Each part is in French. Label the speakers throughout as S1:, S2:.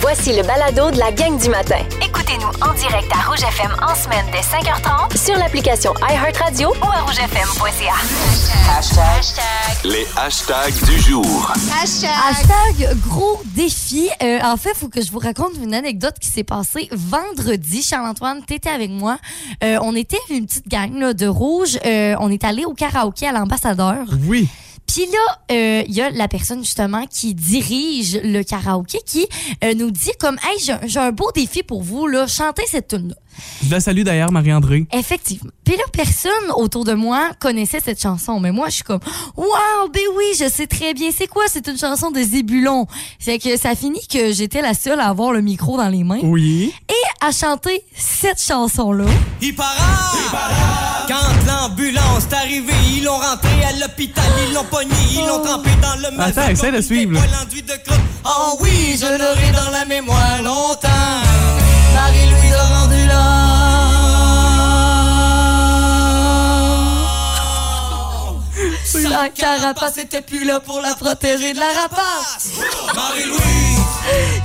S1: Voici le balado de la gang du matin. Écoutez-nous en direct à Rouge FM en semaine dès 5h30 sur l'application iHeartRadio ou à rougefm.ca.
S2: Les hashtags du jour.
S3: Hashtag gros défi. Euh, en fait, il faut que je vous raconte une anecdote qui s'est passée vendredi. Charles-Antoine, t'étais avec moi. Euh, on était une petite gang là, de rouge. Euh, on est allé au karaoké à l'ambassadeur.
S4: Oui.
S3: Puis là, euh, il y a la personne justement qui dirige le karaoké qui euh, nous dit comme Hey, j'ai un- j'ai un beau défi pour vous, là, chantez cette tune là
S4: Je la salue d'ailleurs, Marie-André.
S3: Effectivement. Puis là, personne autour de moi connaissait cette chanson. Mais moi, je suis comme, waouh, ben oui, je sais très bien. C'est quoi? C'est une chanson de Zébulon. Fait que ça finit que j'étais la seule à avoir le micro dans les mains
S4: Oui.
S3: et à chanter cette chanson-là.
S5: Quand l'ambulance est arrivée, ils l'ont rentré à l'hôpital, ils l'ont pogné, ils l'ont trempé dans le même
S4: Attends,
S5: wagon,
S4: essaie de
S5: une
S4: suivre,
S5: vieille
S4: là.
S5: poêle enduite de crotte. Oh oui, je l'aurai dans la mémoire longtemps. Marie-Louise a rendu
S4: Ah.
S5: là.
S3: La
S5: Sa
S3: carapace
S5: était plus là pour la protéger de la rapace. Marie-Louise.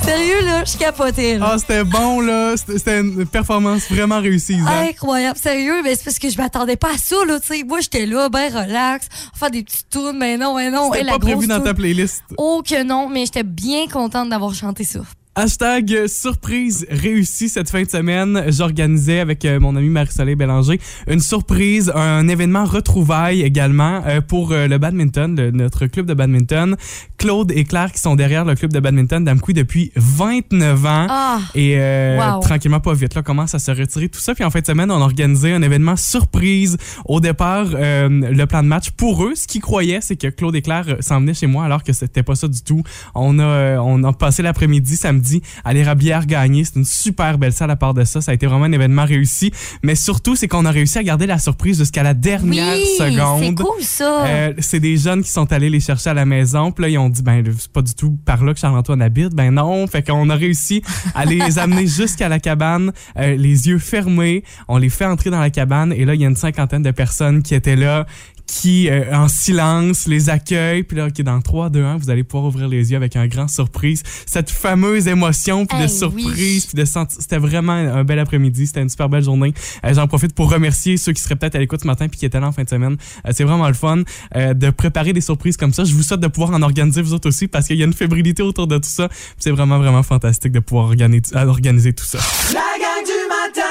S3: Sérieux, là, je capotais. là.
S4: Ah, c'était bon, là. C'était- C'était une performance vraiment réussie, Isa.
S3: Incroyable, sérieux, mais c'est parce que je m'attendais pas à ça, là, tu sais. Moi, j'étais là, ben relax, faire des petites tunes, mais non, mais non, et
S4: C'était
S3: la
S4: pas
S3: grosse
S4: prévu dans ta
S3: toune.
S4: playlist.
S3: Oh que non, mais j'étais bien contente d'avoir chanté ça.
S4: Hashtag euh, surprise réussie cette fin de semaine. J'organisais avec euh, mon ami Marie-Soleil Bélanger une surprise, un événement retrouvaille également euh, pour euh, le badminton, le- notre club de badminton. Claude et Claire qui sont derrière le club de badminton d'Amqui depuis 29 ans.
S3: Ah!
S4: Et euh,
S3: Wow.
S4: tranquillement, pas vite, là, commence à se retirer tout ça. Puis en fin de semaine, on a organisé un événement surprise. Au départ, euh, le plan de match pour eux, ce qu'ils croyaient, c'est que Claude et Claire euh, s'en venaient chez moi alors que c'était pas ça du tout. On a, euh, on a passé l'après-midi, samedi, à l'Érablière gagner. C'est une super belle salle à part de ça. Ça a été vraiment un événement réussi. Mais surtout, c'est qu'on a réussi à garder la surprise jusqu'à la
S3: Oui,
S4: dernière
S3: c'est
S4: seconde.
S3: cool ça.
S4: Euh, c'est des jeunes qui sont allés les chercher à la maison. Puis là, ils ont dit, ben, c'est pas du tout par là que Charles-Antoine habite. Ben non. Fait qu'on a réussi à les amener jusqu'à la cabane, euh, les yeux fermés. On les fait entrer dans la cabane. Et là, il y a une cinquantaine de personnes qui étaient là qui, euh, en silence, les accueillent. Puis là, OK, dans 3, 2, 1, vous allez pouvoir ouvrir les yeux avec un grand surprise. Cette fameuse émotion, puis
S3: Eh
S4: de
S3: oui.
S4: surprise, puis de senti- C'était vraiment un bel après-midi. C'était une super belle journée. Euh, J'en profite pour remercier ceux qui seraient peut-être à l'écoute ce matin puis qui étaient là en fin de semaine. Euh, c'est vraiment le fun euh, de préparer des surprises comme ça. Je vous souhaite de pouvoir en organiser vous autres aussi parce qu'il y a une fébrilité autour de tout ça. Puis C'est vraiment, vraiment fantastique de pouvoir organi- euh, organiser tout ça.
S6: La gang du matin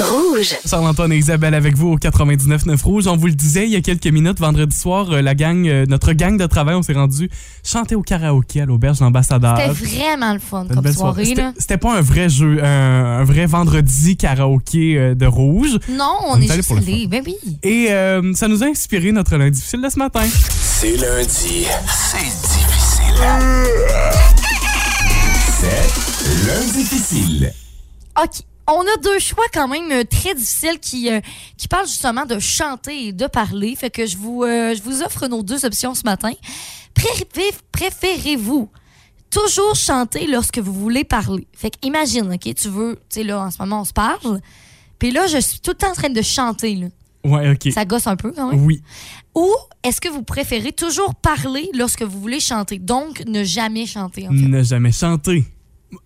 S1: Rouge.
S4: Saint-Antoine et Isabelle avec vous au 99.9 Rouge. On vous le disait il y a quelques minutes, vendredi soir, euh, la gang, euh, notre gang de travail, on s'est rendu chanter au karaoké à l'auberge d'ambassadeur.
S3: C'était vraiment le fun
S4: ah, Une
S3: comme
S4: belle
S3: soirée.
S4: soirée.
S3: là.
S4: C'était- C'était pas un vrai jeu, un, un vrai vendredi karaoké euh, de rouge.
S3: Non, on,
S4: On est
S3: est
S4: allé
S3: juste
S4: pour le fun.
S3: allés. Ben oui.
S4: Et euh, ça nous a inspiré notre lundi difficile de ce matin.
S2: C'est lundi. C'est difficile. C'est lundi difficile.
S3: OK. On a deux choix quand même euh, très difficiles qui, euh, qui parlent justement de chanter et de parler. Fait que je vous, euh, je vous offre nos deux options ce matin. Pré- Préférez-vous toujours chanter lorsque vous voulez parler? Fait que imagine, OK, tu veux, tu sais, là, en ce moment, on se parle. Puis là, je suis tout le temps en train de chanter. là.
S4: Ouais, ok.
S3: Ça gosse un peu quand même.
S4: Oui.
S3: Ou est-ce que vous préférez toujours parler lorsque vous voulez chanter? Donc, ne jamais chanter, en fait.
S4: Ne jamais chanter.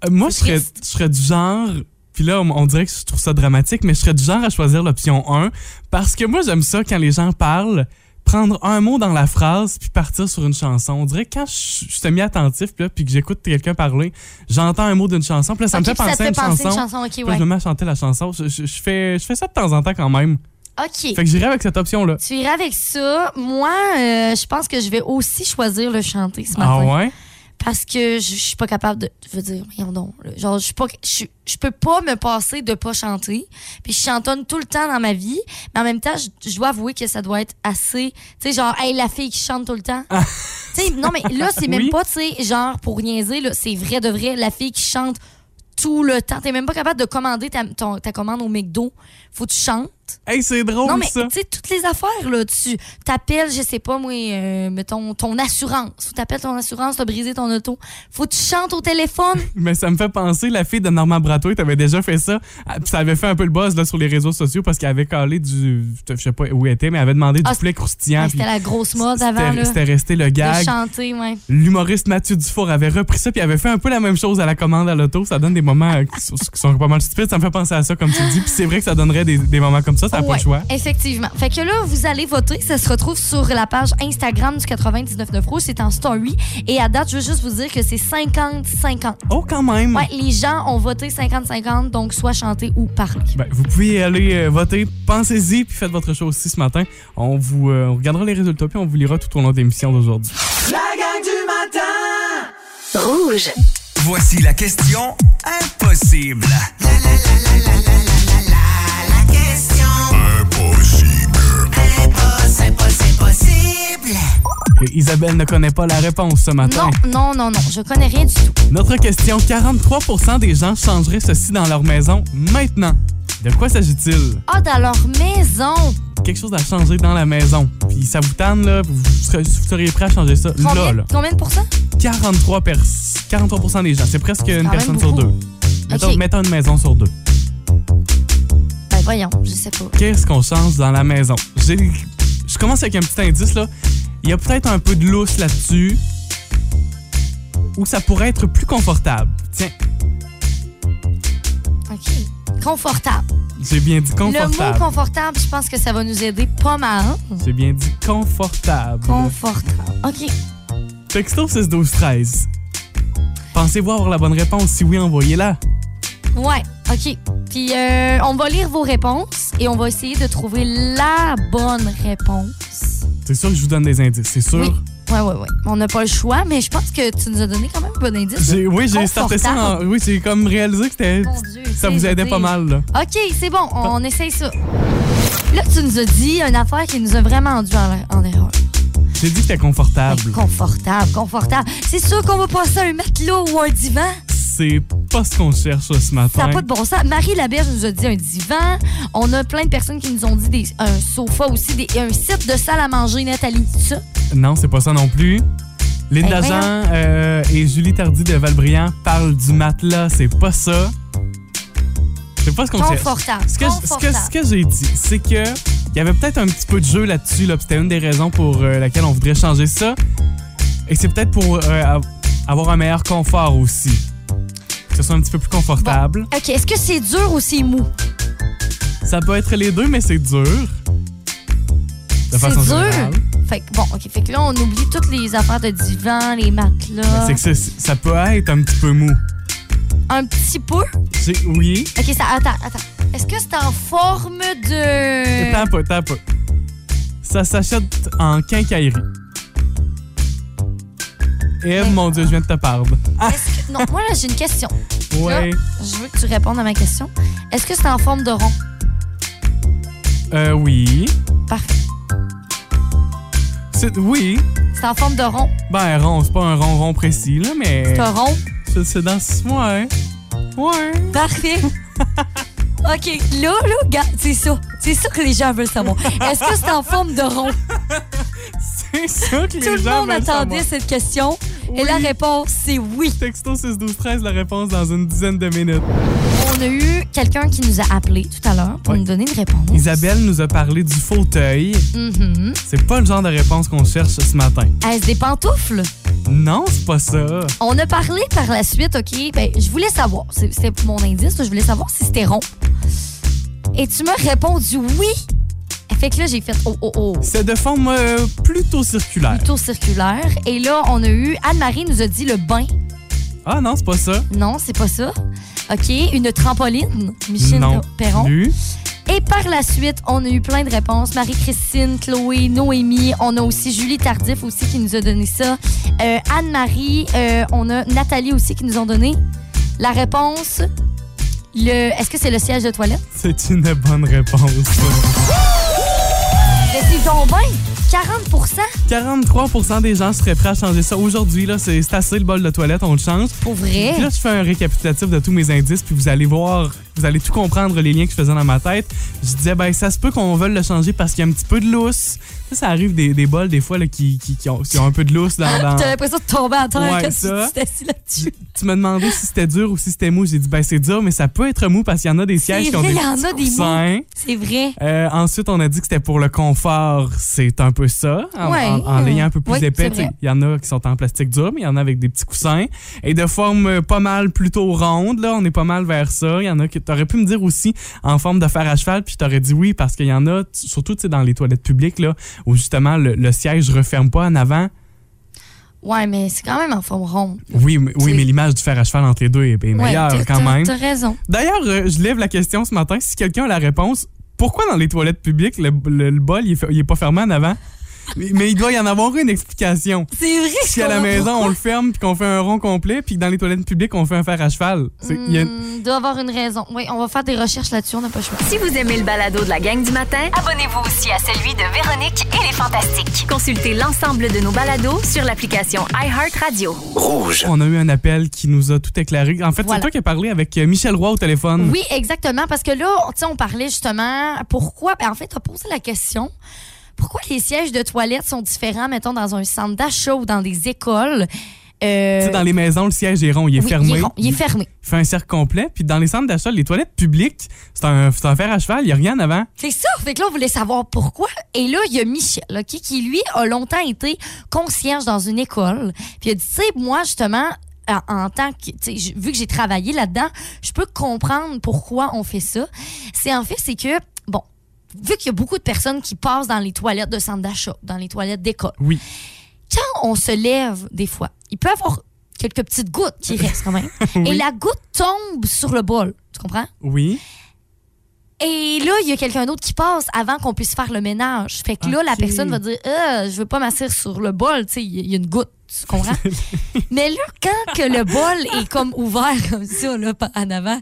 S4: Euh, Moi, je
S3: C'est
S4: serais,
S3: triste.
S4: je serais du genre. Puis là, on on dirait que je trouve ça dramatique, mais je serais du genre à choisir l'option 1 parce que moi, j'aime ça quand les gens parlent, prendre un mot dans la phrase puis partir sur une chanson. On dirait que quand je je suis semi-attentif puis là, puis que j'écoute quelqu'un parler, j'entends un mot d'une chanson, puis là, ça
S3: Ok,
S4: me fait
S3: puis
S4: penser
S3: te
S4: à une chanson.
S3: OK,
S4: Puis là,
S3: ouais.
S4: je me mets à chanter la chanson. Je, je- je fais, je fais ça de temps en temps quand même.
S3: OK.
S4: Fait que j'irai avec cette option-là.
S3: Tu iras avec ça. Moi, euh, je pense que je vais aussi choisir le chanter ce matin.
S4: Ah ouais?
S3: Parce que je je suis pas capable de. Je veux dire, voyons donc. là. Genre, je suis pas. Je je peux pas me passer de pas chanter. Puis je chantonne tout le temps dans ma vie. Mais en même temps, je, je dois avouer que ça doit être assez. Tu sais, genre, hey, la fille qui chante tout le temps. tu sais, non, mais là, c'est même
S4: Oui.
S3: pas, tu sais, genre, pour niaiser, là, c'est vrai de vrai, la fille qui chante tout le temps. T'es même pas capable de commander ta, ton- ta commande au McDo. Faut que tu chantes. vite.
S4: Hey, c'est drôle
S3: Non, mais
S4: ça.
S3: tu sais, toutes les affaires, là, tu t'appelles, je sais pas, moi, euh, mettons, ton assurance. Faut t'appelles ton assurance, t'as brisé ton auto. Faut que tu chantes au téléphone.
S4: Mais ça me fait penser, la fille de Norman Bratouille t'avais déjà fait ça. Ah, puis Ça avait fait un peu le buzz là, sur les réseaux sociaux parce qu'elle avait collé du. Je sais pas où elle était, mais elle avait demandé
S3: Ah,
S4: du poulet croustillant.
S3: Ouais,
S4: puis
S3: C'était la grosse mode avant,
S4: c'était-
S3: là.
S4: C'était resté le
S3: De
S4: gag.
S3: chanter, ouais.
S4: L'humoriste Mathieu Dufour avait repris ça puis avait fait un peu la même chose à la commande à l'auto. Ça donne des moments euh, qui, sont, qui sont pas mal stupides. Ça me fait penser à ça, comme tu dis. Puis c'est vrai que ça donnerait des, des moments comme ça. Ça n'a pas
S3: Ouais,
S4: le choix.
S3: Effectivement. Fait que là, vous allez voter. Ça se retrouve sur la page Instagram du 99.9 Rouge. C'est en story. Et à date, je veux juste vous dire que c'est 50-50.
S4: Oh, quand même.
S3: Ouais, les gens ont voté 50-50, donc soit chanter ou parler.
S4: Ben, vous pouvez aller euh, voter. Pensez-y puis faites votre chose aussi ce matin. On vous euh, on regardera les résultats puis on vous lira tout au long de l'émission d'aujourd'hui.
S6: La gang du matin!
S1: Rouge.
S7: Voici la question impossible.
S4: Et Isabelle ne connaît pas la réponse ce matin.
S3: Non, non, non, non. Je connais rien du tout.
S4: Notre question 43 des gens changeraient ceci dans leur maison maintenant. De quoi s'agit-il
S3: Ah, dans leur maison.
S4: Quelque chose à changer dans la maison. Puis ça vous tanne là, vous, serez- vous seriez prêt à changer ça là
S3: Combien,
S4: là.
S3: combien de pourcents?
S4: 43 pers- 43 des gens, c'est presque une
S3: quand même
S4: personne sur
S3: beaucoup.
S4: deux. Mettons,
S3: Ok.
S4: mettons une maison sur deux.
S3: Ben voyons, je sais pas.
S4: Qu'est-ce qu'on change dans la maison J'ai- Je commence avec un petit indice là. Il y a peut-être un peu de lousse là-dessus. Ou ça pourrait être plus confortable. Tiens,
S3: OK. Confortable.
S4: j'ai bien dit
S3: Le mot
S4: confortable.
S3: confortable, je pense que ça va nous aider pas mal.
S4: J'ai bien dit confortable.
S3: Confortable. OK.
S4: Texto 6 12 13. Pensez-vous avoir la bonne réponse? Si oui, envoyez-la.
S3: Ouais, OK. Puis euh, on va lire vos réponses et on va essayer de trouver la bonne réponse.
S4: C'est sûr que je vous donne des indices, c'est sûr.
S3: Oui. Ouais, ouais, ouais. On n'a pas le choix, mais je pense que tu nous as donné quand même un bon indice.
S4: J'ai- Oui, j'ai starté ça. en- Oui, j'ai comme réalisé que c'était.
S3: Mon Dieu,
S4: Ça
S3: tu
S4: vous
S3: sais,
S4: aidait
S3: je
S4: pas
S3: dis-
S4: mal, là.
S3: OK, c'est bon, on, on essaye ça. Là, tu nous as dit une affaire qui nous a vraiment induit en, en erreur.
S4: J'ai dit que c'était confortable.
S3: Ben, confortable, confortable. C'est sûr qu'on va passer à un matelot ou un divan.
S4: C'est pas ce qu'on cherche là, ce
S3: Ça
S4: matin.
S3: n'a pas de bon sens. Marie Laberge nous a dit un divan. On a plein de personnes qui nous ont dit des, un sofa aussi, des, un site de salle à manger, Nathalie, tout ça.
S4: Non, c'est pas ça non plus. Lynn
S3: Ben,
S4: Dajan euh, et Julie Tardy de Valbriand parlent du matelas. C'est pas ça. C'est pas ce qu'on cherche.
S3: Confortable.
S4: Ce que, ce que- ce
S3: confortable.
S4: que j'ai dit, c'est que il y avait peut-être un petit peu de jeu là-dessus, là, puis c'était une des raisons pour euh, laquelle on voudrait changer ça. Et c'est peut-être pour euh, av- avoir un meilleur confort aussi. Que ce soit un petit peu plus confortable.
S3: OK, est-ce que c'est dur ou c'est mou?
S4: Ça peut être les deux, mais c'est dur. De
S3: C'est
S4: façon
S3: dur?
S4: générale.
S3: Fait que, bon, OK, fait que là, on oublie toutes les affaires de divan, les
S4: Mais
S3: matelas.
S4: Ben, C'est que c'est- ça peut être un petit peu mou.
S3: Un petit peu.
S4: C'est- Oui.
S3: OK, ça, attends, attends. Est-ce que c'est en forme de...
S4: Attends un peu, attends un peu. Ça s'achète en quincaillerie. Eh
S3: Mais-
S4: mon dieu, je viens de te perdre. Ah,
S3: Est-ce que- Non, moi, là, j'ai une question.
S4: ouais.
S3: Je veux que tu répondes à ma question. Est-ce que c'est en forme de rond?
S4: Euh, oui.
S3: Parfait.
S4: C'est- Oui.
S3: C'est en forme de rond.
S4: Ben, un rond, c'est pas un rond rond précis, là, mais.
S3: C'est un rond.
S4: C'est c'est dans ce mois, hein. Ouais.
S3: Parfait. OK, là, là, gars, c'est ça. C'est ça que les gens veulent savoir. Est-ce que c'est en forme de rond?
S4: C'est ça que les
S3: Tout le
S4: gens
S3: monde
S4: veulent
S3: attendait
S4: savoir.
S3: cette question. Et la réponse, c'est oui.
S4: Texto 6 12 13 la réponse dans une dizaine de minutes.
S3: On a eu quelqu'un qui nous a appelé tout à l'heure pour
S4: Ouais.
S3: nous donner une réponse.
S4: Isabelle nous a parlé du fauteuil.
S3: Mhm.
S4: C'est pas le genre de réponse qu'on cherche ce matin.
S3: Est-ce des pantoufles?
S4: Non, c'est pas ça.
S3: On a parlé par la suite, OK? Ben, je voulais savoir, c'est- c'était pour mon indice, je voulais savoir si c'était rond. Et tu m'as répondu oui. Fait que là, j'ai fait oh, oh, oh.
S4: C'est de forme euh, plutôt circulaire.
S3: Plutôt circulaire. Et là, on a eu. Anne-Marie nous a dit le bain.
S4: Ah non, c'est pas ça.
S3: Non, c'est pas ça. OK. Une trampoline. Michel
S4: non.
S3: Perron.
S4: plus.
S3: Et par la suite, on a eu plein de réponses. Marie-Christine, Chloé, Noémie. On a aussi Julie Tardif aussi qui nous a donné ça. Euh, Anne-Marie. euh, on a Nathalie aussi qui nous ont donné la réponse. Le, est-ce que c'est le siège de toilette?
S4: C'est une bonne réponse.
S3: Mais c'est donc bien! 40
S4: 43 des gens seraient prêts à changer ça. Aujourd'hui, là, c'est c'est assez le bol de toilette, on le change.
S3: pour vrai.
S4: Puis là, je fais un récapitulatif de tous mes indices, puis vous allez voir Vous allez tout comprendre les liens que je faisais dans ma tête. Je disais, ben, ça se peut qu'on veuille le changer parce qu'il y a un petit peu de lousse. Ça, ça arrive des, des bols, des fois, là, qui, qui, qui ont, qui ont un peu de lousse dans.
S3: Ah,
S4: dans-
S3: T'as l'impression de tomber à terre
S4: Ouais,
S3: quand
S4: ça.
S3: tu t'es assis là-dessus.
S4: Tu m'as demandé si c'était dur ou si c'était mou. J'ai dit, ben, c'est dur, mais ça peut être mou parce qu'il y en a des sièges
S3: C'est
S4: qui ont
S3: vrai,
S4: des
S3: il y en
S4: petits
S3: a des mous.
S4: coussins.
S3: C'est vrai.
S4: Euh, ensuite, on a dit que c'était pour le confort. C'est un peu ça. En,
S3: Ouais.
S4: en- en l'ayant un peu plus
S3: Oui, c'est
S4: épais, tu sais,
S3: vrai.
S4: il y en a qui sont en plastique dur, mais il y en a avec des petits coussins. Et de forme euh, pas mal plutôt ronde, là, on est pas mal vers ça. Il y en a que t'aurais pu me dire aussi en forme de fer à cheval, puis je t'aurais dit oui, parce qu'il y en a, t- surtout tu sais, dans les toilettes publiques, là, où justement le, le siège referme pas en avant.
S3: Ouais, mais c'est quand même en forme ronde.
S4: Oui, mais- oui
S3: C'est-
S4: mais l'image du fer à cheval entre les deux est bien
S3: Ouais,
S4: meilleure
S3: t'as-
S4: quand
S3: t'as-
S4: même.
S3: T'as raison.
S4: D'ailleurs, euh, je lève la question ce matin. Si quelqu'un a la réponse, pourquoi dans les toilettes publiques, le, le- le bol, il est, fe- il est pas fermé en avant? Mais, mais il doit y en avoir une explication.
S3: C'est vrai.
S4: Si à la maison, on le ferme, puis qu'on fait un rond complet, puis que dans les toilettes publiques, on fait un fer à cheval. C'est- il y a-
S3: Il doit avoir une raison. Oui, on va faire des recherches là-dessus, on n'a pas le choix.
S1: Si vous aimez le balado de la gang du matin, abonnez-vous aussi à celui de Véronique et les Fantastiques. Consultez l'ensemble de nos balados sur l'application iHeartRadio.
S2: Rouge.
S4: On a eu un appel qui nous a tout éclairé. En fait,
S3: Voilà.
S4: c'est toi qui as parlé avec euh, Michel Roy au téléphone.
S3: Oui, exactement, parce que là, tu sais, on parlait justement pourquoi. ben, en fait, tu as posé la question. Pourquoi les sièges de toilette sont différents, mettons, dans un centre d'achat ou dans des écoles? Euh,
S4: Tu sais, dans les maisons, le siège est rond, il est
S3: oui,
S4: fermé.
S3: Il est, rond, il est fermé.
S4: Il fait un cercle complet. Puis dans les centres d'achat, les toilettes publiques, c'est un, c'est un fer à cheval, il n'y a rien en avant.
S3: C'est ça. Fait que là, on voulait savoir pourquoi. Et là, il y a Michel, OK, qui, lui, a longtemps été concierge dans une école. Puis il a dit, tu sais, moi, justement, en- en tant que, tu sais, j- vu que j'ai travaillé là-dedans, je peux comprendre pourquoi on fait ça. C'est en fait, c'est que, bon, vu qu'il y a beaucoup de personnes qui passent dans les toilettes de centre d'achat, dans les toilettes d'école,
S4: Oui.
S3: quand on se lève, des fois, il peut y avoir quelques petites gouttes qui restent quand même. Et la goutte tombe sur le bol. Tu comprends?
S4: Oui.
S3: Et là, il y a quelqu'un d'autre qui passe avant qu'on puisse faire le ménage. Fait que là, la
S4: Ok.
S3: personne va dire euh, Je veux pas m'asseoir sur le bol, tu sais, il y a- il y a une goutte. Tu comprends? Mais là, quand que le bol est comme ouvert comme ça, là, par- en avant,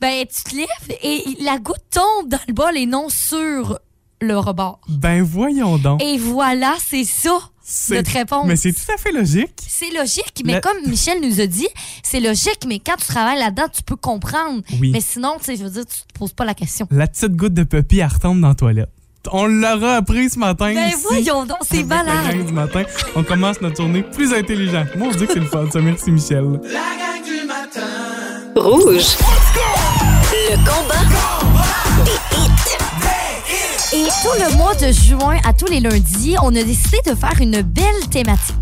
S3: ben, tu te lèves et la goutte tombe dans le bol et non sur le rebord.
S4: Ben voyons donc.
S3: Et voilà, c'est ça,
S4: C'est-
S3: notre réponse.
S4: Mais c'est tout à fait logique.
S3: C'est logique, mais
S4: La-
S3: comme Michel nous a dit, c'est logique, mais quand tu travailles là-dedans, tu peux comprendre.
S4: Oui.
S3: Mais sinon, tu sais, je veux dire, tu te poses pas la question.
S4: La petite goutte de Puppy, elle retombe dans la toilette. On l'aura appris ce matin.
S3: Ben
S4: ici,
S3: voyons donc, c'est
S4: avec la
S3: malade.
S4: gang du matin. On commence notre journée plus intelligent. Moi, on dit que c'est le fun. Ça, merci, Michel.
S6: La gang du matin.
S1: Rouge. Le combat.
S3: Et tout le mois de juin, à tous les lundis, on a décidé de faire une belle thématique.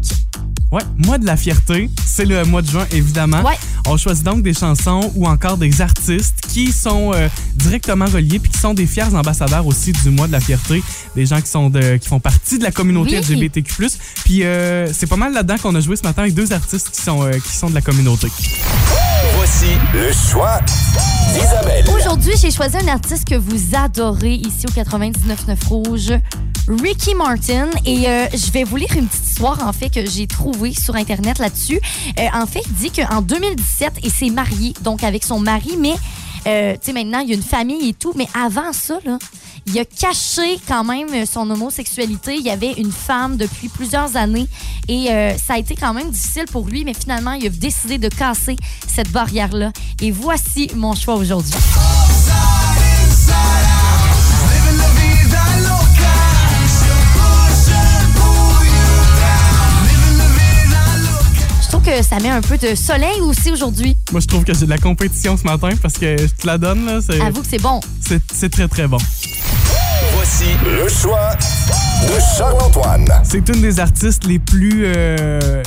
S4: Ouais, mois de la fierté, c'est le mois de juin, évidemment.
S3: Ouais.
S4: On choisit donc des chansons ou encore des artistes qui sont euh, directement reliés puis qui sont des fiers ambassadeurs aussi du mois de la fierté, des gens qui sont de, qui font partie de la communauté
S3: Oui.
S4: LGBTQ+. Puis euh, c'est pas mal là-dedans qu'on a joué ce matin avec deux artistes qui sont euh, qui sont de la communauté.
S2: Voici le choix d'Isabelle.
S3: Aujourd'hui, j'ai choisi un artiste que vous adorez ici au 99.9 Rouge, Ricky Martin. Et euh, je vais vous lire une petite histoire, en fait, que j'ai trouvée sur Internet là-dessus. Euh, en fait, il dit qu'en 2017, il s'est marié, donc avec son mari, mais, euh, tu sais, maintenant, il y a une famille et tout. Mais avant ça, là, il a caché quand même son homosexualité. Il y avait une femme depuis plusieurs années et euh, ça a été quand même difficile pour lui, mais finalement, il a décidé de casser cette barrière-là. Et voici mon choix aujourd'hui. Je trouve que ça met un peu de soleil aussi aujourd'hui.
S4: Moi, je trouve que j'ai de la compétition ce matin parce que je te la donne là. C'est,
S3: Avoue que c'est bon.
S4: c'est, c'est très très bon.
S2: Voici le choix de Charles-Antoine.
S4: C'est une des artistes les plus. euh,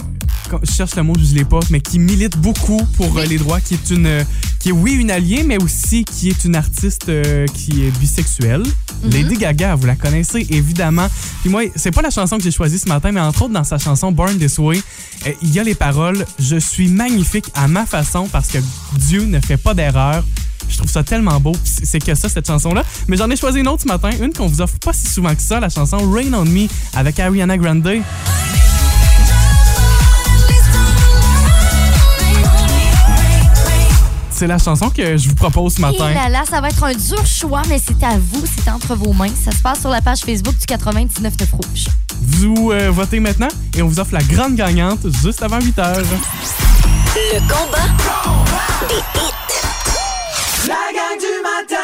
S4: quand- je cherche le mot, je l'ai pas, mais qui milite beaucoup pour euh, les droits, qui est une. euh, qui est, oui, une alliée, mais aussi qui est une artiste euh, qui est bisexuelle. Lady Gaga, vous la connaissez évidemment. Puis moi, c'est pas la chanson que j'ai choisie ce matin, mais entre autres dans sa chanson Born This Way, euh, il y a les paroles Je suis magnifique à ma façon parce que Dieu ne fait pas d'erreur. Je trouve ça tellement beau. Puis c'est- C'est que ça, cette chanson-là. Mais j'en ai choisi une autre ce matin, une qu'on vous offre pas si souvent que ça, la chanson Rain on Me avec Ariana Grande. C'est la chanson que je vous propose ce
S3: Et
S4: matin.
S3: là là, ça va être un dur choix, mais c'est à vous, c'est entre vos mains. Ça se passe sur la page Facebook du 99 de Rouge.
S4: Vous euh, votez maintenant et on vous offre la grande gagnante juste avant 8 heures.
S1: Le combat.
S6: La gang du matin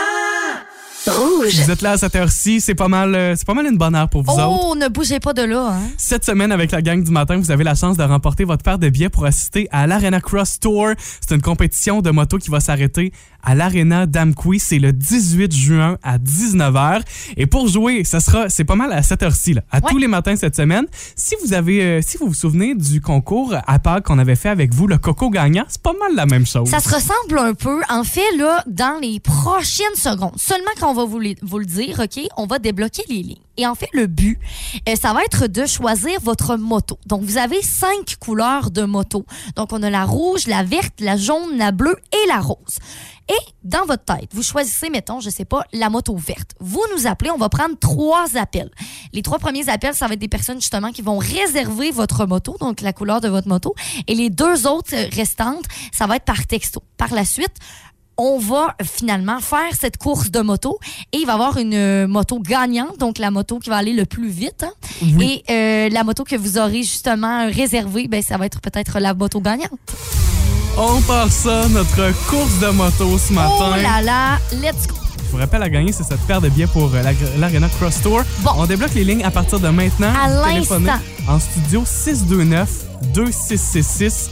S1: Rouge.
S4: Vous êtes là à cette heure-ci, c'est pas mal, euh, c'est pas mal une bonne heure pour vous autres.
S3: Oh, ne bougez pas de là. Hein?
S4: Cette semaine, avec la gang du matin, vous avez la chance de remporter votre paire de billets pour assister à l'Arena Cross Tour. C'est une compétition de moto qui va s'arrêter à l'Arena d'Amqui. C'est le 18 juin à 19h. Et pour jouer, ça sera, c'est pas mal à cette heure-ci, là, à tous les matins cette semaine. Si vous avez, euh, si vous vous souvenez du concours à Pâques qu'on avait fait avec vous, le Coco gagnant, c'est pas mal la même chose.
S3: Ça se ressemble un peu. En fait, là, dans les prochaines secondes, seulement qu'on va vous, les- vous le dire, OK, on va débloquer les lignes. Et en fait, le but, euh, ça va être de choisir votre moto. Donc, vous avez cinq couleurs de moto. Donc, on a la rouge, la verte, la jaune, la bleue et la rose. Et dans votre tête, vous choisissez, mettons, je sais pas, la moto verte. Vous nous appelez, on va prendre trois appels. Les trois premiers appels, ça va être des personnes justement qui vont réserver votre moto, donc la couleur de votre moto. Et les deux autres euh, restantes, ça va être par texto. Par la suite, on va finalement faire cette course de moto et il va y avoir une euh, moto gagnante, donc la moto qui va aller le plus vite. hein. Et euh, la moto que vous aurez justement réservée, ben, ça va être peut-être la moto gagnante.
S4: On part ça, notre course de moto ce matin.
S3: Oh là là, let's go!
S4: Je vous rappelle à gagner, c'est cette paire de billets pour euh, la- l'Arena Cross Tour.
S3: Bon.
S4: On débloque les lignes à partir de maintenant.
S3: À
S4: Vous téléphonez
S3: l'instant.
S4: En studio 629-2666.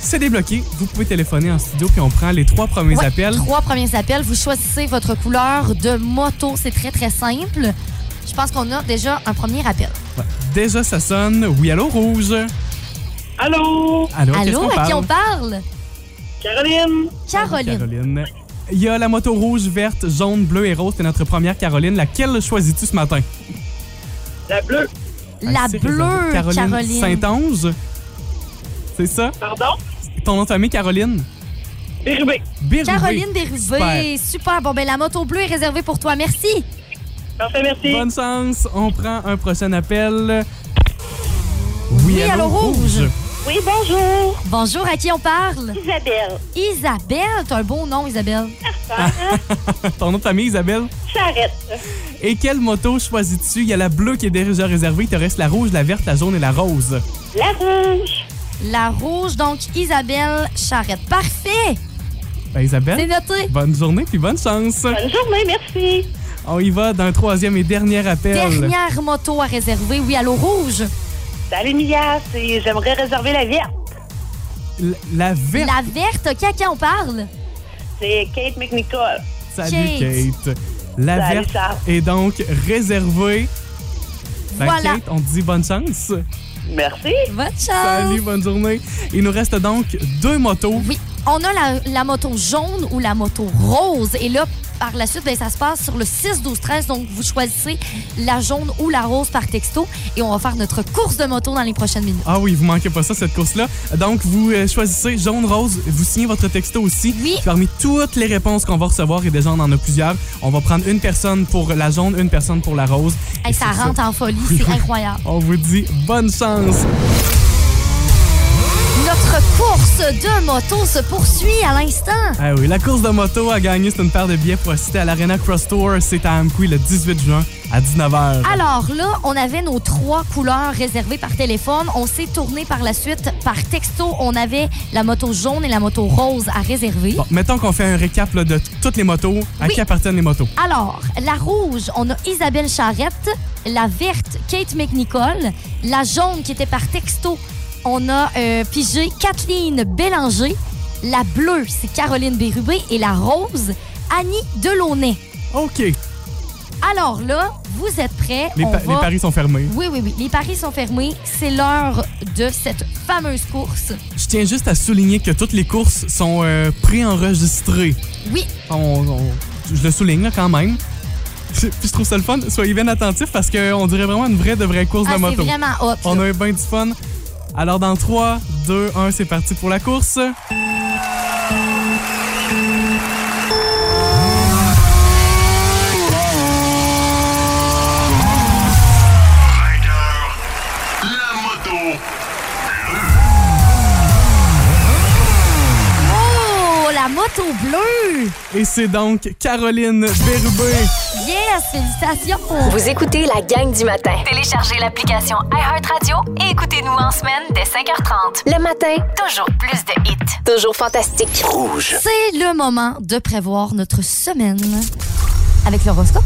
S4: C'est débloqué. Vous pouvez téléphoner en studio, puis on prend les trois premiers
S3: Ouais,
S4: appels.
S3: Trois premiers appels. Vous choisissez votre couleur de moto. C'est très, très simple. Je pense qu'on a déjà un premier appel.
S4: Ouais. Déjà, ça sonne. Oui, allô, rouge.
S8: Allô,
S4: Allô, qu'est-ce
S3: Allô,
S4: qu'on
S3: à qui on
S4: parle?
S3: parle?
S8: Caroline.
S3: Caroline.
S4: Caroline. Il y a la moto rouge, verte, jaune, bleue et rose. C'est notre première Caroline. Laquelle choisis-tu ce matin?
S8: La bleue.
S3: La
S4: Assez
S3: bleue,
S4: réservée.
S3: Caroline.
S4: Ah, Caroline. Saint-Onge. C'est ça?
S8: Pardon?
S4: Ton nom de famille, Caroline?
S8: Bérubé.
S4: Birubé.
S3: Caroline Bérubé. Super. Bon, ben la moto bleue est réservée pour toi. Merci.
S8: Parfait, merci.
S4: Bonne chance. On prend un prochain appel.
S3: Oui, allô, rouge.
S8: Oui, bonjour.
S3: Bonjour, à qui on parle?
S8: Isabelle.
S3: Isabelle. T'as un beau nom, Isabelle.
S4: Ton nom de famille, Isabelle.
S8: Charrette.
S4: Et quelle moto choisis-tu? Il y a la bleue qui est déjà réservée. Il te reste la rouge, la verte, la jaune et la rose.
S8: La rouge.
S3: La rouge, donc Isabelle Charrette. Parfait.
S4: Ben,
S3: C'est
S4: Isabelle,
S3: noté.
S4: bonne journée puis bonne chance.
S8: Bonne journée, merci.
S4: On y va d'un troisième et dernier appel.
S3: Dernière moto à réserver. Oui, allô, rouge.
S8: Salut, Mia. C'est- J'aimerais réserver la verte.
S4: L- La verte.
S3: La verte. OK, à qui on parle?
S8: C'est Kate McNichol.
S4: Salut, Kate. La
S8: Salut,
S4: verte
S8: Sarah.
S4: est donc réservée. Ben,
S3: Voilà. Oh.
S4: Kate, on te dit bonne chance.
S8: Merci.
S3: Bonne chance.
S4: Salut, bonne journée. Il nous reste donc deux motos.
S3: Oui, on a la, la moto jaune ou la moto rose. Et là, par la suite, ben, ça se passe sur le 6-12-13. Donc, vous choisissez la jaune ou la rose par texto. Et on va faire notre course de moto dans les prochaines minutes.
S4: Ah oui, vous manquez pas ça, cette course-là. Donc, vous euh, choisissez jaune, rose, vous signez votre texto aussi.
S3: Oui.
S4: Puis Parmi toutes les réponses qu'on va recevoir, et déjà on en a plusieurs, on va prendre une personne pour la jaune, une personne pour la rose.
S3: Hey,
S4: Et
S3: ça
S4: sur ce,
S3: rentre en folie, c'est incroyable.
S4: On vous dit bonne chance.
S3: Notre course de moto se poursuit à l'instant.
S4: Ah oui, la course de moto a gagné, c'est une paire de billets pour assister à l'Arena Cross Tour. C'est à Amqui le 18 juin à 19h.
S3: Alors là, on avait nos trois couleurs réservées par téléphone. On s'est tourné par la suite par texto. On avait la moto jaune et la moto rose à réserver.
S4: Bon, mettons qu'on fait un récap là, de t- toutes les motos. À
S3: Oui.
S4: qui appartiennent les motos?
S3: Alors, la rouge, on a Isabelle Charrette. La verte, Kate McNichol. La jaune, qui était par texto, on a euh, pigé Kathleen Bélanger. La bleue, c'est Caroline Bérubé. Et la rose, Annie Delaunay.
S4: OK,
S3: Alors là, vous êtes prêts.
S4: les,
S3: on
S4: pa-
S3: va-
S4: les paris sont fermés.
S3: Oui, oui, oui. Les paris sont fermés. C'est l'heure de cette fameuse course.
S4: Je tiens juste à souligner que toutes les courses sont euh, préenregistrées.
S3: Oui,
S4: On- on- je le souligne là, quand même. Puis je trouve ça le fun. Soyez bien attentifs parce qu'on dirait vraiment une vraie de vraie course
S3: ah,
S4: de
S3: c'est
S4: moto.
S3: vraiment hot.
S4: On
S3: là.
S4: a eu bien du fun. Alors dans 3, 2, 1, c'est parti pour la course.
S3: Oh, la moto bleue!
S4: Et c'est donc Caroline Bérubé.
S3: Yes, félicitations!
S1: Vous écoutez la gang du matin. Téléchargez l'application iHeartRadio et écoutez-nous en semaine dès 5h30. Le matin, toujours plus de hits. Toujours fantastique.
S3: C'est le moment de prévoir notre semaine avec l'horoscope.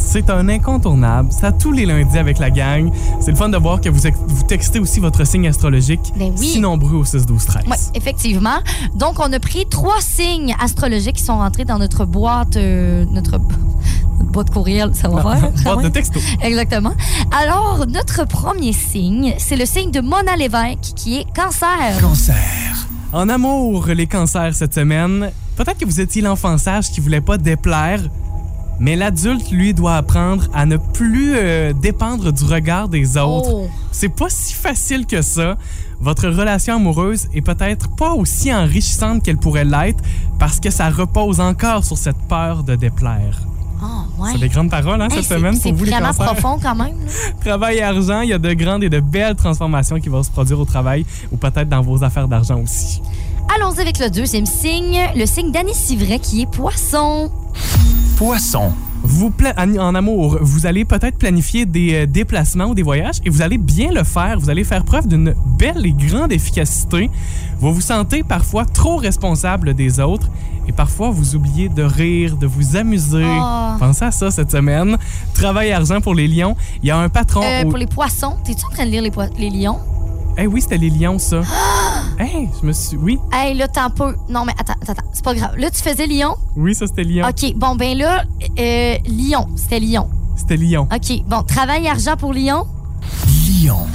S4: C'est un incontournable. Ça tous les lundis avec la gang. C'est le fun de voir que vous, ex- vous textez aussi votre signe astrologique.
S3: Ben oui.
S4: Si nombreux au 6 12 13.
S3: Oui, effectivement. Donc, on a pris trois signes astrologiques qui sont rentrés dans notre boîte, euh, notre, bo- notre boîte courriel, ça va faire. Ah
S4: Boîte
S3: ouais.
S4: de texto.
S3: Exactement. Alors, notre premier signe, c'est le signe de Mona Lévesque, qui est cancer.
S4: En amour, les cancers cette semaine, peut-être que vous étiez l'enfant sage qui voulait pas déplaire, mais l'adulte, lui, doit apprendre à ne plus euh, dépendre du regard des autres.
S3: Oh.
S4: C'est pas si facile que ça. Votre relation amoureuse est peut-être pas aussi enrichissante qu'elle pourrait l'être parce que ça repose encore sur cette peur de déplaire.
S3: Ah, ouais.
S4: C'est des grandes paroles hein,
S3: Hey,
S4: cette
S3: c'est-
S4: semaine
S3: c'est
S4: pour vous les
S3: vraiment
S4: cancers.
S3: profond quand même. là.
S4: Travail et argent, il y a de grandes et de belles transformations qui vont se produire au travail ou peut-être dans vos affaires d'argent aussi.
S3: Allons-y avec le deuxième signe, le signe d'Annie Civray qui est poisson.
S4: Oh,
S7: Poisson.
S4: vous pla- en en amour, vous allez peut-être planifier des euh, déplacements ou des voyages et vous allez bien le faire. Vous allez faire preuve d'une belle et grande efficacité. Vous vous sentez parfois trop responsable des autres et parfois vous oubliez de rire, de vous amuser.
S3: Ah.
S4: Pensez à ça cette semaine. Travail et argent pour les lions. Il y a un patron.
S3: Euh,
S4: au-
S3: Pour les poissons, t'es-tu en train de lire les, poi- les lions?
S4: Eh oui, c'était les lions ça. Eh, je me suis. Oui,
S3: Hey, là, t'en peux. Non, mais attends, attends, attends, c'est pas grave. Là, tu faisais lion?
S4: oui, ça c'était lion.
S3: OK, bon, ben là, euh, lion, c'était lion.
S4: C'était lion.
S3: OK, bon, travail et argent pour lion?
S7: Lion.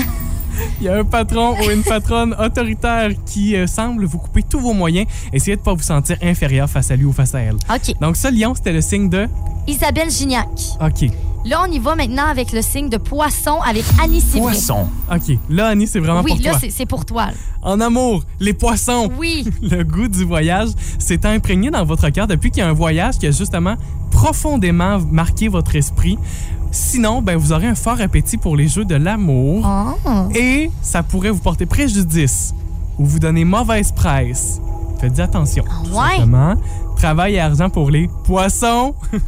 S4: Il y a un patron ou une patronne autoritaire qui euh, semble vous couper tous vos moyens. Essayez de pas vous sentir inférieur face à lui ou face à elle.
S3: OK,
S4: Donc ça, lion, c'était le signe de...
S3: Isabelle Gignac.
S4: OK.
S3: Là, on y va maintenant avec le signe de poisson avec Annie Civray.
S7: Poisson.
S4: OK. Là, Annie, c'est vraiment
S3: Oui,
S4: hein, pour
S3: là,
S4: toi.
S3: c'est- c'est pour toi. là.
S4: En amour, les poissons.
S3: Oui.
S4: Le goût du voyage s'est imprégné dans votre cœur depuis qu'il y a un voyage qui a justement profondément marqué votre esprit. Sinon, ben, vous aurez un fort appétit pour les jeux de l'amour.
S3: Ah.
S4: Et ça pourrait vous porter préjudice ou vous donner mauvaise presse. Faites attention. tout
S3: Ah ouais?
S4: simplement. Travail et argent pour les poissons.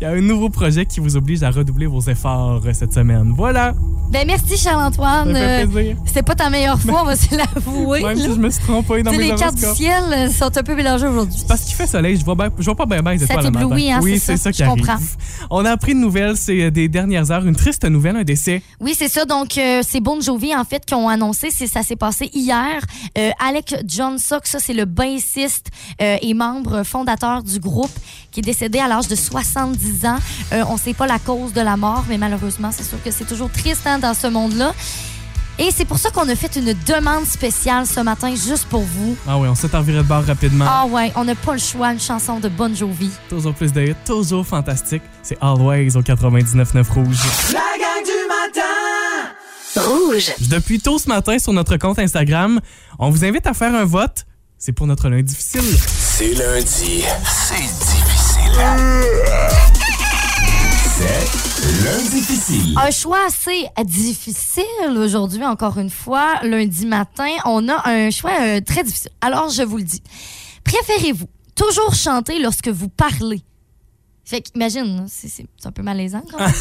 S4: Il y a un nouveau projet qui vous oblige à redoubler vos efforts euh, cette semaine. Voilà,
S3: Ben, merci,
S4: ça
S3: Charles-Antoine.
S4: fait
S3: Euh,
S4: plaisir.
S3: C'était pas ta meilleure fois, on va se l'avouer.
S4: Même
S3: là.
S4: si je me suis trompé dans
S3: Tu sais,
S4: mes
S3: les cartes du
S4: horoscopes.
S3: ciel euh, sont un peu mélangées aujourd'hui.
S4: Parce qu'il fait soleil, je vois, ben- je vois pas bien bien les
S3: Ça
S4: étoiles le matin.
S3: t'éblouit, hein,
S4: oui,
S3: c'est
S4: c'est
S3: ça,
S4: ça, qui
S3: je
S4: arrive.
S3: comprends.
S4: On a appris une nouvelle ces euh, des dernières heures, une triste nouvelle, un décès.
S3: Oui, c'est ça. Donc, euh, c'est Bon Jovi, en fait, qui ont annoncé. C'est, ça s'est passé hier. Euh, Alec John Sock, ça, c'est le bassiste euh, et membre fondateur du groupe qui est décédé à l'âge de 70 ans. Euh, on ne sait pas la cause de la mort, mais malheureusement, c'est sûr que c'est toujours triste hein, dans ce monde-là. Et c'est pour ça qu'on a fait une demande spéciale ce matin, juste pour vous.
S4: Ah oui, on s'est enviré de bord rapidement.
S3: Ah ouais, on n'a pas le choix, une chanson de Bon Jovi.
S4: Toujours plus de hits, toujours fantastique. C'est Always au 99.9 Rouge.
S6: La gang du matin!
S4: Depuis tôt ce matin sur notre compte Instagram, on vous invite à faire un vote. C'est pour notre lundi difficile.
S2: C'est lundi.
S7: C'est difficile.
S2: Lundi difficile.
S3: Un choix assez difficile aujourd'hui, encore une fois. Lundi matin, on a un choix euh, très difficile. Alors, je vous le dis. Préférez-vous toujours chanter lorsque vous parlez? Fait qu'imagine, là, c'est c'est- c'est un peu malaisant quand même.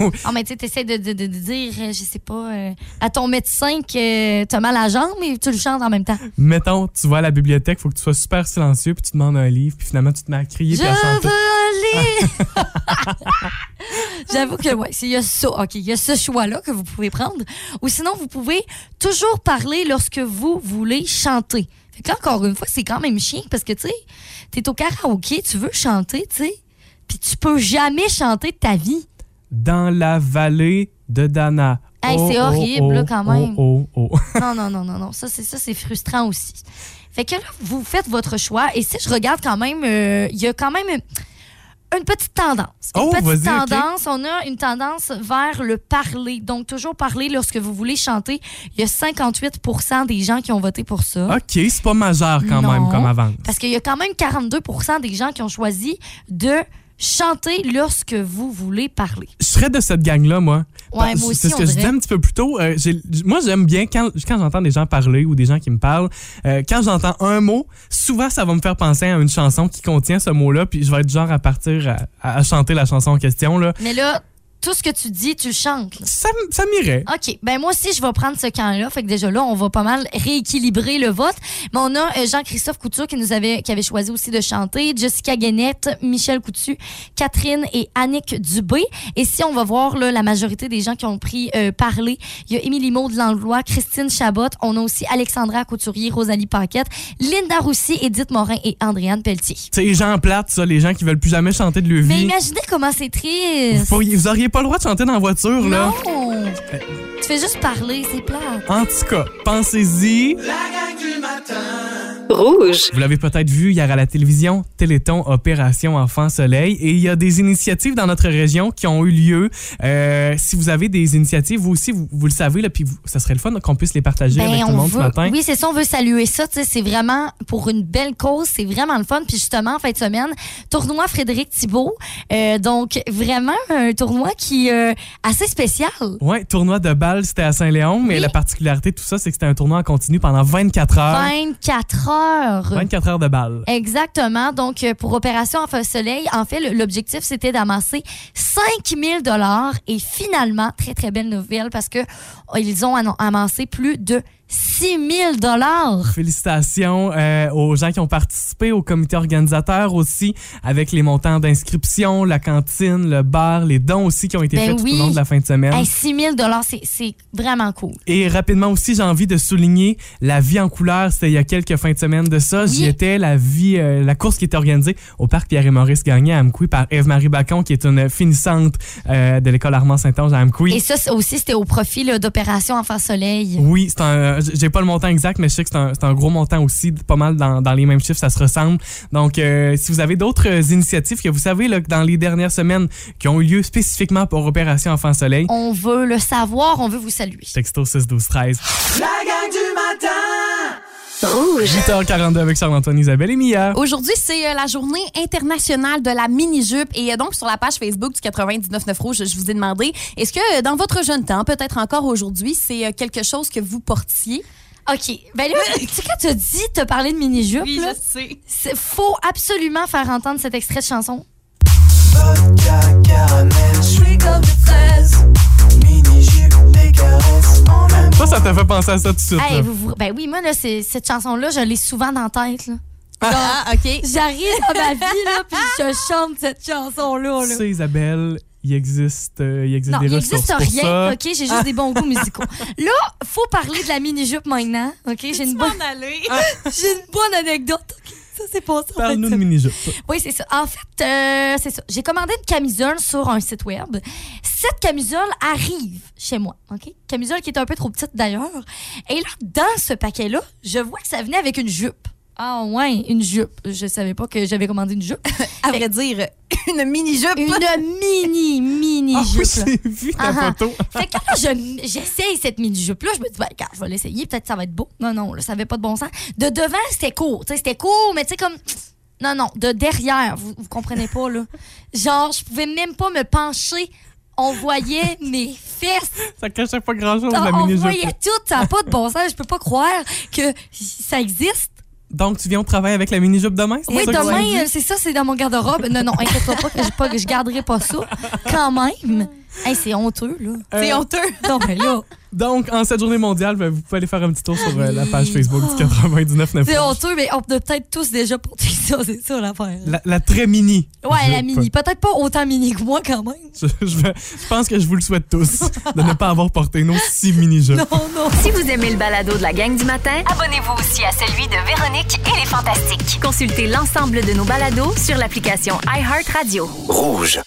S4: Oui.
S3: Ah, mais tu sais, t'essaies de, de- de- de dire, euh, je sais pas, euh, à ton médecin que t'as mal à la jambe et tu le chantes en même temps.
S4: Mettons, tu vas à la bibliothèque, faut que tu sois super silencieux, puis tu demandes un livre, puis finalement tu te mets à crier
S3: Je
S4: puis à chanter.
S3: veux lire! J'avoue que, ouais, c'est- il y a ça, OK, il y a ce choix-là que vous pouvez prendre. Ou sinon, vous pouvez toujours parler lorsque vous voulez chanter. Fait que là, encore une fois, c'est quand même chiant parce que, tu sais, t'es au karaoké, tu veux chanter, tu sais, puis tu peux jamais chanter de ta vie.
S4: Dans la vallée de Dana.
S3: Hey, c'est horrible, là, quand
S4: oh,
S3: même.
S4: Oh, oh.
S3: Non, non, non, non, non, ça, c'est ça, c'est frustrant aussi. Fait que là, vous faites votre choix. Et si je regarde quand même, euh, il y a quand même une- une petite tendance. Une
S4: Oh, vas-y,
S3: petite
S4: ok.
S3: tendance. On a une tendance vers le parler. Donc, toujours parler lorsque vous voulez chanter. Il y a 58 des gens qui ont voté pour ça.
S4: OK, c'est pas majeur quand
S3: Non.
S4: même comme avant.
S3: Parce qu'il y a quand même 42 des gens qui ont choisi de Chantez lorsque vous voulez parler.
S4: Je serais de cette gang-là, moi.
S3: Ouais,
S4: Parce-
S3: moi aussi,
S4: C'est ce
S3: on
S4: que je
S3: dirait.
S4: disais un petit peu plus tôt. euh, j'ai- moi, j'aime bien quand, quand j'entends des gens parler ou des gens qui me parlent. euh, quand j'entends un mot, souvent, ça va me faire penser à une chanson qui contient ce mot-là. Puis je vais être du genre à partir à, à- à chanter la chanson en question. Là.
S3: Mais là, tout ce que tu dis, tu le chantes. là.
S4: Ça, m- ça m'irait.
S3: OK. Ben moi aussi, je vais prendre ce camp-là. Fait que déjà là, on va pas mal rééquilibrer le vote. Mais on a euh, Jean-Christophe Couture qui nous avait, qui avait choisi aussi de chanter, Jessica Guénette, Michel Coutu, Catherine et Annick Dubé. Et si on va voir là, la majorité des gens qui ont pris euh, parler, il y a Émilie Maud de Langlois, Christine Chabot, on a aussi Alexandra Couturier, Rosalie Paquette, Linda Roussy, Edith Morin et Andréane Pelletier.
S4: C'est les gens plates, ça, les gens qui veulent plus jamais chanter de leur
S3: Mais
S4: vie.
S3: imaginez comment c'est
S4: Vous,
S3: triste.
S4: pourriez- vous auriez pas le droit de chanter dans la voiture, là.
S3: Non! Tu fais juste parler, c'est plat.
S4: En tout cas, pensez-y.
S1: Rouge.
S4: Vous l'avez peut-être vu hier à la télévision, Téléthon Opération Enfant Soleil. Et il y a des initiatives dans notre région qui ont eu lieu. Euh, si vous avez des initiatives, vous aussi, vous, vous le savez, là, puis vous- ça serait le fun qu'on puisse les partager
S3: Ben,
S4: avec tout
S3: on
S4: le monde
S3: veut,
S4: ce matin.
S3: Oui, c'est ça, on veut saluer ça. tu sais, C'est vraiment pour une belle cause, c'est vraiment le fun. Puis justement, en fin de semaine, tournoi Frédéric Thibault. Euh, donc, vraiment un tournoi qui est assez spécial.
S4: Ouais, tournoi de balle, c'était à Saint-Léon, mais
S3: Oui.
S4: la particularité de tout ça, c'est que c'était un tournoi en continu pendant 24 heures.
S3: 24 heures.
S4: 24 heures de balle.
S3: Exactement. Donc, euh, pour Opération Enfant Soleil, en fait, le- l'objectif, c'était d'amasser 5000 dollars et finalement, très, très belle nouvelle parce que oh, ils ont annon- amassé plus de 6000 dollars.
S4: Félicitations euh, aux gens qui ont participé, au comité organisateur aussi, avec les montants d'inscription, la cantine, le bar, les dons aussi qui ont été
S3: Ben
S4: faits tout
S3: oui.
S4: au long de la fin de semaine.
S3: Hey, 6000 dollars, c'est vraiment cool.
S4: Et rapidement aussi, j'ai envie de souligner la vie en couleur. C'était il y a quelques fins de semaine de ça. J'y
S3: Oui.
S4: étais, la vie, euh, la course qui était organisée au parc Pierre et Maurice Gagné à Amkoui par Eve-Marie Bacon, qui est une finissante euh, de l'école Armand Saint-Onge à Amkoui.
S3: Et ça c'est aussi, c'était au profit là, d'Opération Enfant Soleil.
S4: Oui, c'est un. euh, J'ai pas le montant exact, mais je sais que c'est un, c'est un gros montant aussi, pas mal dans, dans les mêmes chiffres, ça se ressemble. Donc, euh, si vous avez d'autres euh, initiatives que vous savez là, que dans les dernières semaines qui ont eu lieu spécifiquement pour Opération Enfant Soleil,
S3: On veut le savoir, on veut vous saluer.
S4: texto 6 12 13.
S6: La gang du matin!
S4: 8h42 avec Charles-Antoine, Isabelle et Mia.
S9: Aujourd'hui, c'est euh, la journée internationale de la mini-jupe. Et euh, donc, sur la page Facebook du 99.9 Rouge, je vous ai demandé, est-ce que euh, dans votre jeune temps, peut-être encore aujourd'hui, c'est euh, quelque chose que vous portiez?
S3: OK. Ben là, tu sais, quand tu dit, t'as parlé de mini-jupe, là,
S9: sais.
S3: c'est- faut absolument faire entendre cet extrait de chanson.
S4: Ça, ça t'a fait penser à ça tout de suite.
S3: Hey,
S4: là.
S3: vous, vous- ben oui, moi, là, c'est- cette chanson-là, je l'ai souvent dans la tête. là.
S9: Ah, OK.
S3: J'arrive à ma vie, là, puis je chante cette chanson-là.
S4: Tu
S3: là.
S4: sais, Isabelle, il existe, euh, il existe
S3: Non,
S4: des
S3: il
S4: ressources
S3: n'existe
S4: pour
S3: rien,
S4: ça.
S3: OK? J'ai juste des bons goûts musicaux. Là, faut parler de la mini-jupe maintenant, OK? J'ai une, bonne,
S9: aller.
S3: j'ai une bonne anecdote. OK, Ça, c'est passé en fin de
S4: Parle-nous de
S3: semaine.
S4: mini-jupe.
S3: Oui, c'est ça. En fait, euh, c'est ça. J'ai commandé une camisole sur un site web. Cette camisole arrive chez moi, OK? Camisole qui est un peu trop petite d'ailleurs. Et là, dans ce paquet-là, je vois que ça venait avec une jupe. Ah ouais, une jupe. Je savais pas que j'avais commandé une jupe.
S9: À vrai dire, une mini-jupe.
S3: Une mini, mini
S4: Ah oui,
S3: jupe. là.
S4: j'ai vu ta
S3: Ah, ah.
S4: photo.
S3: Fait que là, je- j'essaye cette mini-jupe-là. Je me dis, ben, regarde, je vais l'essayer, peut-être que ça va être beau. Non, non, là, ça avait pas de bon sens. De devant, c'était court. tu sais, C'était court, mais tu sais, comme. Non, non, de derrière, vous, vous comprenez pas, là. Genre, je pouvais même pas me pencher. On voyait mes fesses.
S4: Ça cachait pas grand-chose, la
S3: Ah, On voyait
S4: mini-jupe.
S3: tout. Ça n'a pas de bon sens. Je peux pas croire que ça existe.
S4: Donc, tu viens au travail avec la mini-jupe demain? c'est
S3: Oui,
S4: ça que tu me dis?
S3: demain, euh, c'est ça, c'est dans mon garde-robe. Non, non, inquiète-toi pas que je, pas que je garderai pas ça. Quand même. Hey, c'est honteux, là.
S4: Euh,
S9: C'est honteux.
S3: Non, mais là.
S4: Donc, en cette journée mondiale, ben, vous pouvez aller faire un petit tour sur euh, la page Facebook du 99.9.
S3: Ah. C'est honteux, mais on peut peut-être tous déjà porter ça, c'est ça l'affaire.
S4: La, la très mini.
S3: Ouais, la
S4: jupe.
S3: mini. Peut-être pas autant mini que moi quand même.
S4: Je, je vais- je pense que je vous le souhaite tous, de ne pas avoir porté nos six mini-jupes.
S3: Non, non.
S1: Si vous aimez le balado de la gang du matin, abonnez-vous aussi à celui de Véronique et les Fantastiques. Consultez l'ensemble de nos balados sur l'application iHeartRadio.
S7: Rouge.